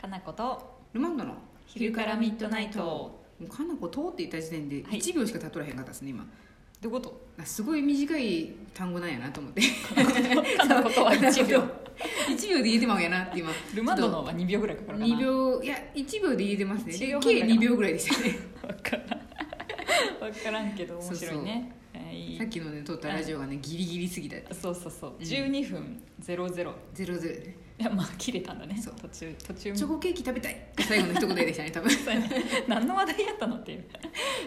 かなことルマンドの昼からミッドナイトもうかなこ通って言った時点ではい1秒しか経っとらへんかったですね今どういうことあすごい短い単語なんやなと思って かなことは1 秒1秒で言えてまうんやなって今ルマンドのは2秒ぐらいかかるかな2秒 いや1秒で言えてますね一で秒半ぐ計らいかな2秒ぐらいでしたね分からんけど面白いねはいさっきのね撮ったラジオがねギリギリすぎたってそうそうそう、ん12分00い00ねやまあ切れたんだねそう途中途中チョコケーキ食べたい最後の一言でしたね多 分何の話題やったのっていう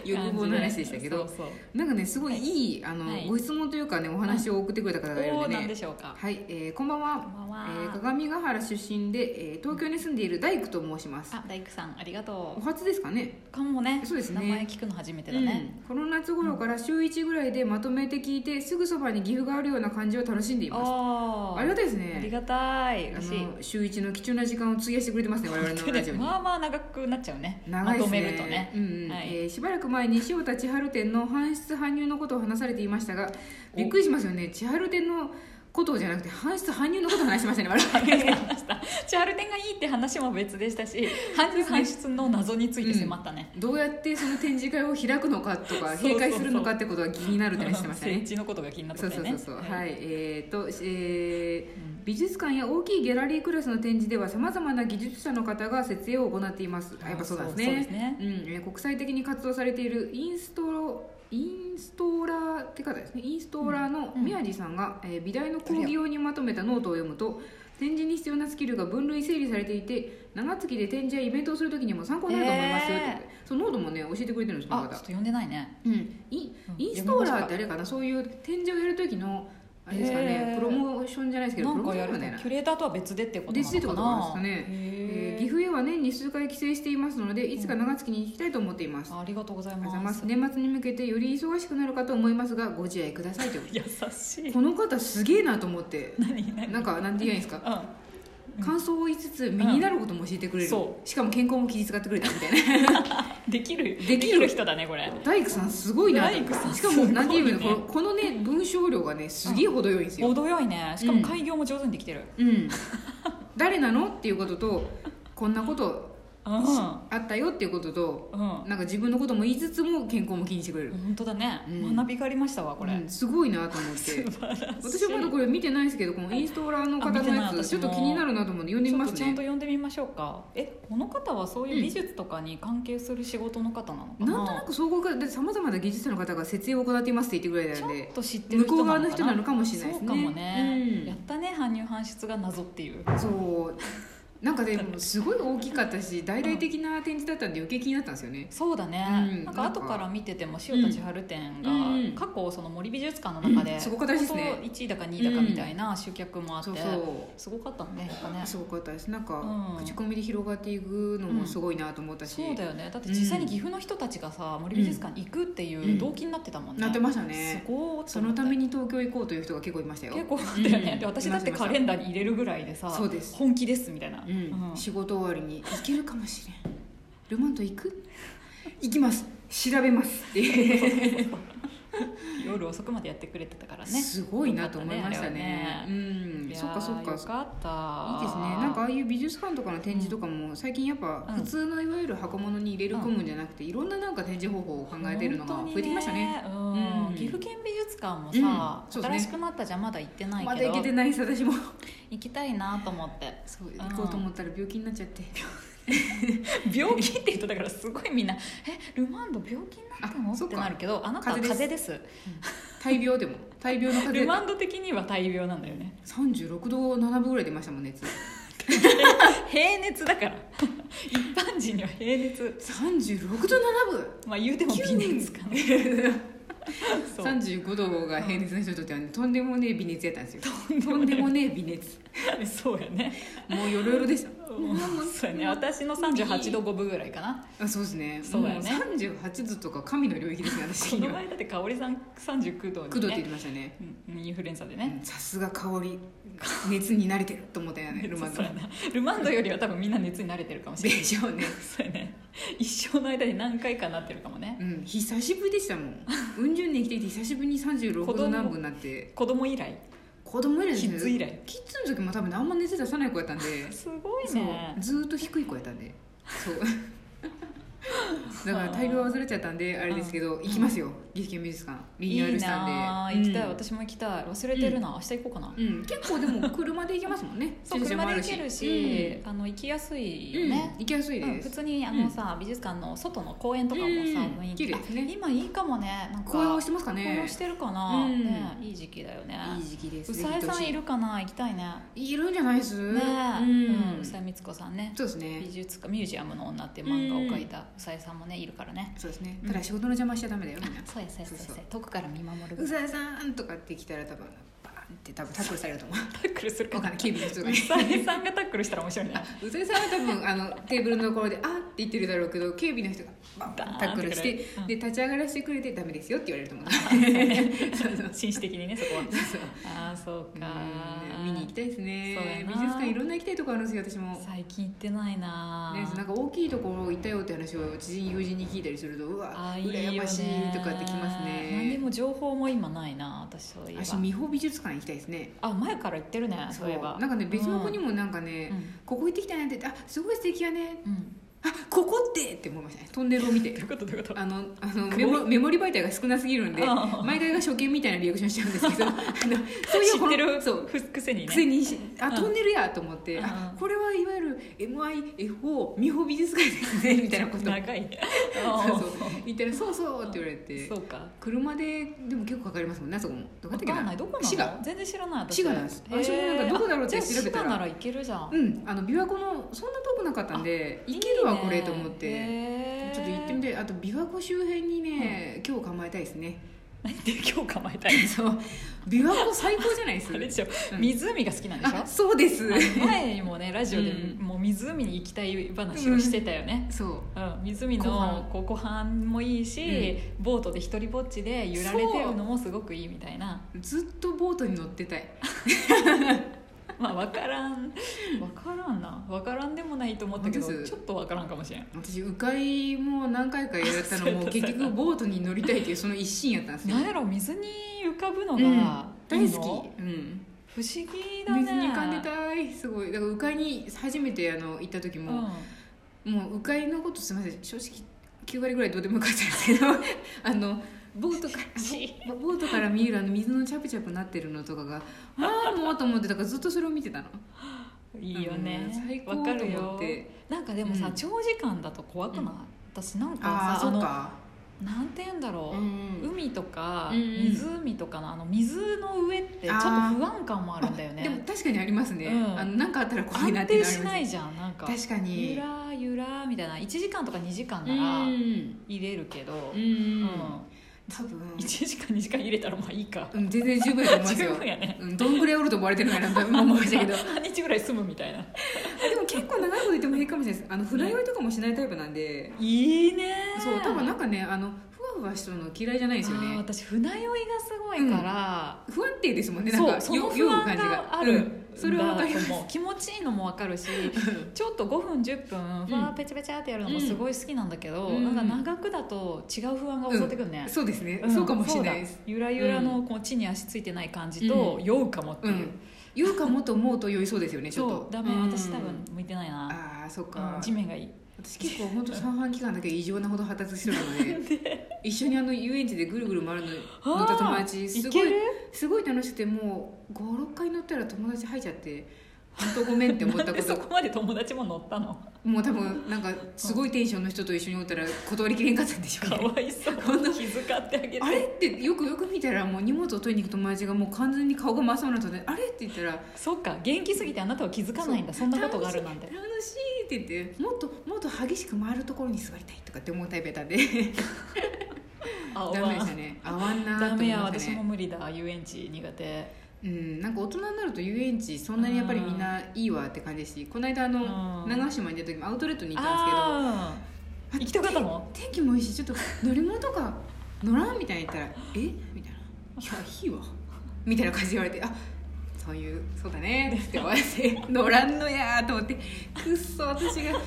欲望の話でしたけどそうそうなんかねすごいいいあの、はいご質問というかねお話を送ってくれた方がいるおんおでなんねでしょうかはい、えーこんばんはこんばんはえー鏡ヶ原出身で、えー東京に住んでいる大工と申しますあ大工さんありがおと初ですかねうかもねそうですね名前聞くの初めてだね、うんこの夏頃から週1ぐらいでまとめて聞いてすぐそばに岐阜があるような感じを楽しんでいおますおありがたいですありねがたいあ嬉しいの週1の貴重な時間を費やしてくれてますね我々のラジオにまあまあ長くなっちゃうね長いでますとねめるとねうんうんはいえーしばらく前に塩田千春店の搬出搬入のことを話されていましたがびっくりしますよね千春店のことじゃなくて搬出搬入のことを話しましたね我々 話したチャールテンがいいって話も別でしたし搬入搬出の謎について迫ったね、どうやってその展示会を開くのかとかそうそうそう閉会するのかってことは気になるって話してました設ね置のことが気になった そうよそうねそうそうはい、いえー、と、えー美術館や大きいギャラリークラスの展示ではさまざまな技術者の方が設営を行っていますあやっぱそうなんですそうでねすねうんえー国際的に活動されているインストロインストラーって方ですねインストラーのうん宮地さんが、えー美大の講義用にまとめたノートを読むと展示に必要なスキルが分類整理されていて長月で展示やイベントをするときにも参考になると思いますよって、えーそのノートもね教えてくれてるんですこのあちょっ方と、読んでないねうん、インうんインストーラーってあれかなそういう展示をやる時のあれですかね、へープロモーションじゃないですけどなプんロかモーシやョンるじゃねないキュレーターとは別でってことなの別でってかことななんですかえへーー岐阜へは年に数回帰省していますのでいつか長月に行きたいと思っています、ありがとうございありがとうございまますす年末に向けてより忙しくなるかと思いますがご自愛くださいと優しいこの方すげえなと思って何何なんかなんて言えばいいんですうかん感想を言いつつ身になることも教えてくれる、うんそしかも健康も気遣ってくれたみた いなうんできるきるできる人だねこれ大工さんすごいなと思って大工さんしかもなんて言えばいいのすごいねこのこのね文章量がねすげえ程よいんですよ程よいねしかもうん開業も上手にできてるうん、誰なのっていうこととこんなことうんうんあったよっていうことと本なんか自分のことも言いつつも健康も気にしてくれる、当だねうん学びがありましたわこれうんすごいなと思って素晴らしい私はまだこれ見てないですけどこのインストーラーの方あ見てのないやつ私ちょっもと気になるなと思って読んでちみょっまとすちゃんねと読んでみましょうかえこの方はそういう美術とかに関係する仕事の方なのかななんとなく総合化でさまざまな技術者の方が設営を行っていますって言ってくらいちなょんっでと知ってる向こ人うな側ののか人ななのかもしれないでそうすねかもね、うんやったね搬入搬出が謎っていうそうなんかでもすごい大きかったし大々的な展示だったんで余計気になったんですよねそうだね、うんなんか後から見てても塩田千春展がうん過去その森美術館の中で、うんすごかったですね本当1位だか2位だかみたいな集客もあって、そうそうすごかったもんねやっぱねすごかったですなんか、うん口コミで広がっていくのもすごいなと思ったし、そうだよねだって実際に岐阜の人たちがさ、森美術館に行くっていう動機になってたもんね、なってましたねすごいそのためにに東京行こうという人が結構いましたよ結構あったよね、うんで私だってカレンダーに入れるぐらいでさそうです本気ですみたいな、うん 仕事終わりに行けるかもしれんルマンド行く行きます調べますって夜遅くまでやってくれてたからねすごいなと思いましたよかったねねあれはうねんいやーそっかそっかいいよですねかったなんかああいう美術館とかの展示とかも最近やっぱうん普通のいわゆる箱物に入れる込むんじゃなくていろんななんか展示方法を考えてるのが増えてきましたね本当にねうん岐阜県美術館もうんさ、そうですね新しくなったじゃんまだ行ってないけどまだ行けてないです私も行きたいなと思って そううん行こうと思ったら病気になっちゃって病気って言うとだからすごいみんな「えルマンド病気になったの?」あそっっかてなるけどあなたは風邪です大病でも大病の風ル邪マンド的には大病なんだよね36度7分ぐらい出ましたもん熱平熱だから 一般人には平熱36度まあ言うても急微に熱かな7分 そう35度が平熱の人にとっては、ね、とんでもねえ微熱やったん ですよとんでもねえ微熱そうやね もうよろよろでしたそうやね私の38度5分ぐらいかなあそうですねそうだよねもう38度とか神の領域ですね私こにのは前だって香織さん39度に、ね、 9度って言ってましたねうんインフルエンザでうね、んさすが香り熱に慣れてると思ったよねルマンド そうやなルマンドよりは多分みんな熱に慣れてるかもしでれないしょうねそうやね一生の間に何回かなってるかもねうん久しぶりでしたもんうん十年生きてきて久しぶりに36子度供何分になって子供以来子子供以来ですキねッズ以来キッズの時も多分あんま熱出さない子やったんですごいそうねずーっと低い子やったんでそう だから大病は忘れちゃったんであれですけど、行きますよ岐阜県美術館リニューアルしたんでいいなあ行きたい、うん私も行きたい忘れてるな、明日行こうかな、うん、結構でも車で行けますもんね そう車で行けるし、あの行きやすいうんよね、行きやすいうんで普す、通にあのさ、美術館の外の公園とかもさ、うん雰囲綺気麗ですねあ今いいかもねなんか紅葉してますかね紅葉してるかな、うんねいい時期だよねいい時期ですうさえぜひ行っさてほんしいるかな行きたいねいるんじゃないっすねねううんうさえみつこさんねそうですね美術館ミュージアムの女っていう漫画を描いたうさえさんもねいるからねそうですねうんただ仕事の邪魔しちゃダメだよみんなあそうやそうやそうやそそううそやう遠くから見守るうさえさんとかって来たら多分バーンって多分タックルされると 思うタックルするわかんない警備の人がうさえさんがタックルしたら面白いね うさえさんは多分あのテーブルのところで「あっ」って言ってるだろうけど警備の人がバーンってタックルしてバーンってくれるうんで立ち上がらせてくれて「ダメですよ」って言われると思う そうそう紳士的にねそこは ああそうかうん見に行きたいですそうやねな美術館いろんな行きたいとこあるんですよ私も最近行ってないなね、なんか大きいところ行ったよって話を知人友人に聞いたりするとうわあーいいよね羨ましいとかってきます何でねも情報も今ないな私そういえば私美保美術館行きたいですねあ前から言ってるねそういえばなんかね別の子にももなんかね、ここ行ってきたねって言ってあすごい素敵やねうんあここってって思いましたねトンネルを見どうていうことどういうことあのあのメモメモリ媒体が少なすぎるんであー毎回が初見みたいなリアクションしちゃうんですけど あのそうい知うってこるの そうふくせにくねせにしあうんトンネルやと思ってうあんこれはいわゆる MIFO 美保美術館ですねみたいなことを 長いそうそう行ったら「そうそう」って言われてそうか車ででも結構かかりますもんねそこもどわこだったっけかんないどこな滋賀の全然知らない私滋賀なんですへー私もなんかどこだろうってあじゃあ調べたら滋賀なら行けるじゃんうんあの琵琶湖のそんな遠くなかったんで行けるわいいねこれと思ってへーちょっと行って みたいあと琵琶湖周辺にね今日構えたいですね なんで今日構えたいのそう琵琶湖最高じゃないですあれでしょうん湖が好きなんでしょあそうですあの前にもねラジオでうんもう湖に行きたい話をしてたよね、そううん、湖湖畔のこう湖畔もいいし、ボートで一人ぼっちで揺られてるのもすごくいいみたいなずっとボートに乗ってたいまあ分からん分からんな分からんでもないと思ったけど本当ですちょっと分からんかもしれん私迂回も何回かやっ たのそうもやった結局ボートに乗りたいっていうその一心やったんですよ何やろ水に浮かぶのうがいいんの、大不好思きうん議だね水に浮かんでたいすごいだから鵜飼に初めてあの行った時うんも、もう鵜飼のことすみません正直9割ぐらいどうでもよかったんですけど あのボートからしボボートから見えるあの水のチャプチャプなってるのとかがああもうと思ってだからずっとそれを見てたのいいよねうん最高分かると思っよてなんかでもさ、うん長時間だと怖くない、うん私なんかああさそあうのかなんて言うんだろう、ん海とかうんうん湖とかのあの水の上ってちょっと不安感もあるんだよでもね確かにありますね、うんあのなんかあったら怖いな安っていう定しのはなありいじゃんなんかます確かにゆらゆらみたいな1時間とか2時間うなんら入れるけど、ううんん多分、 1時間2時間入れたらまあいいかうん、全然十分やと思いま十すよ分やねうん、どんぐらいおると思われてるのかなと思いま したけど半日ぐらい住むみたいなでも結構長いこと言っても平気かもしれないですあの船酔いとかもしないタイプなんで、いいねそう多分なんかねあのふわふわしたの嫌いじゃないですよあーね私船酔いがすごいから、不安定ですもんねなんそうかそよの不酔う安感じががあうるん、それはわかりますも気持ちいいのもわかるしちょっと5分10分ふわーペチャペチャってやるのもすごい好きなんだけど、うんなんか長くだと違う不安が襲ってくるね、そうですね、んそうかもしれないですそうだゆらゆらのこう地に足ついてない感じと、うん酔うかもってういう、ん酔うかもと思うと酔いそうですよねちょっそとうダメ、うん私多分向いてないな、ああそっうかん、地面がいい私結構本当三半規管だけ異常なほど発達してるの で一緒にあの遊園地でぐるぐる回るの乗った友達すいごけいるすごい楽しくてもう56回乗ったら友達入っちゃって 本当ごめんって思ったこでそとこまで友達も乗ったのもう多分なんかすごいテンションの人と一緒におったら断りきれんかったんでしょうかねわいそう気遣ってあげてあれってよくよく見たらもう荷物を取りに行く友達がもう完全に顔が真っ青になったのであれって言ったら「そうか元気すぎてあなたは気づかないんだそんなことがあるなんて楽しい」って言って「もっともっと激しく回るところに座りたい」とかって思うタイプやったんであダメおでしわたね合わんなーとダ思メいやまし私たもね無理だ遊園地苦手うんなんか大人になると遊園地そんなにやっぱりみんないいわって感じですしこの間あのうん長島にいた時もアウトレットに行ったんですけどああー行きたかったの天気もいいしちょっと乗り物とか乗らんみたいに言ったら「えみたいな「いやいいわ」みたいな感じで言われて「あそそういうそうだね」って思 って「乗らんのや」と思って「くっそ私が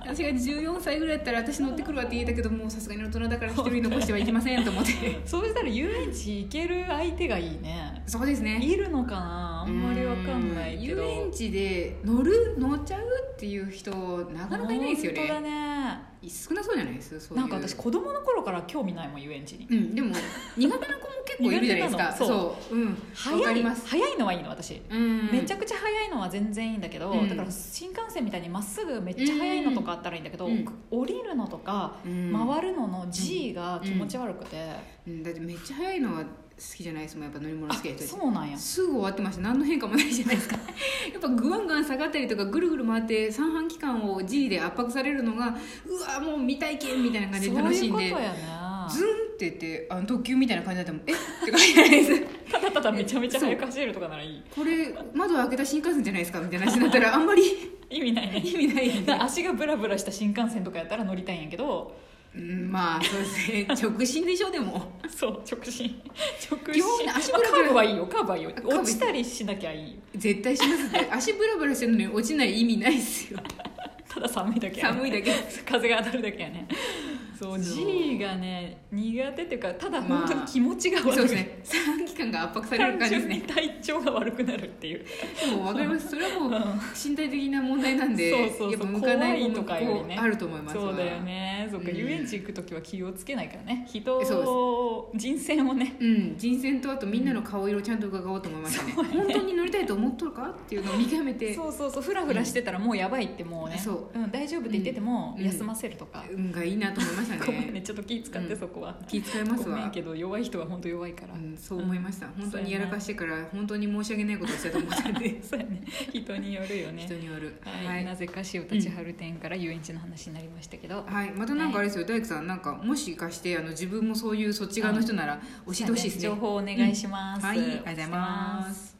私が14歳ぐらいだったら私乗ってくるわ」って言えたけどもうさすがに大人だから一人残してはいけませんと 思ってそうしたら遊園地行ける相手がいいねそうですねいるのかなあんまりわかんないけど遊園地で乗る乗っちゃうっていう人なかなかいないですよ本当だねね少なそうじゃないですそういなうんか私子供の頃から興味ないもん遊園地にうん でも苦手な子も結構いるじゃないですか苦手なのそううんわか早りいます早いのはいいの私うんめちゃくくちゃ早いのは全然いいんだけど、うんだから新幹線みたいにまっすぐめっちゃ早いのとかあったらいいんだけど、うん降りるのとか回回るのの G が気持ち悪くて、るだってめっちゃ早いのは好きじゃないですもんやっぱ乗り物あ好きな人たちそうなんやすぐ終わってました何の変化もないじゃな いですかやっぱグワングワン下がったりとかぐるぐる回って三半規管を G で圧迫されるのがうわもう未体験みたいな感じでそう楽いしうんこでとやねズンって言ってあの特急みたいな感じだったもんえって感じじゃないですただただめちゃめちゃ速く走れるとかならいいこれ窓開けた新幹線じゃないですかみたいな話になったらあんまり意味ないね意味ないんだでから足がブラブラした新幹線とかやったら乗りたいんやけどうんまあそうですね直進でしょでもそう直進直基進本足まあブラブカラーブはいいよカーブはいいよカーブ落ちたりしなきゃいいよ絶対しますって足ブラブラしてるのに落ちない意味ないですよただ寒いだけやね寒いだけ風が当たるだけやねそうそう G がね苦手っていうかただまあ本当に気持ちが悪い、そうですね三半規管が圧迫される単感じで純すねに体調が悪くなるっていうでも分かりますそれはもううん身体的な問題なんでそうそうそうやっぱ向かないもの怖いとかよりねあると思いますそうだよねそうか、うん遊園地行く時は気をつけないからね人そうを人選をねうん、人選とあとみんなの顔色をちゃんと伺おうと思いましたね,、本当に乗りたいと思っとるかっていうのを見極めてそうそうそうフラフラしてたらもうやばいってもうね、そん、大丈夫って言っててもうん休ませるとか、運がいいなと思いましたごめんねねちょっと気使ってそこは、気遣いますごめんわけど弱い人は本当弱いから、うん、そう思いました、ん本当にやらかしてから本当に申し訳ないことをしたと思ったん でそうやね人によるよね人によるはい、はい、はないぜか塩立ち春店から遊園地の話になりましたけど、またなんかあれですよ、大工さんなんかもしかしてあの自分もそういうそっち側の人なら教えてほしいですね情報お願いします、はいありがとうございます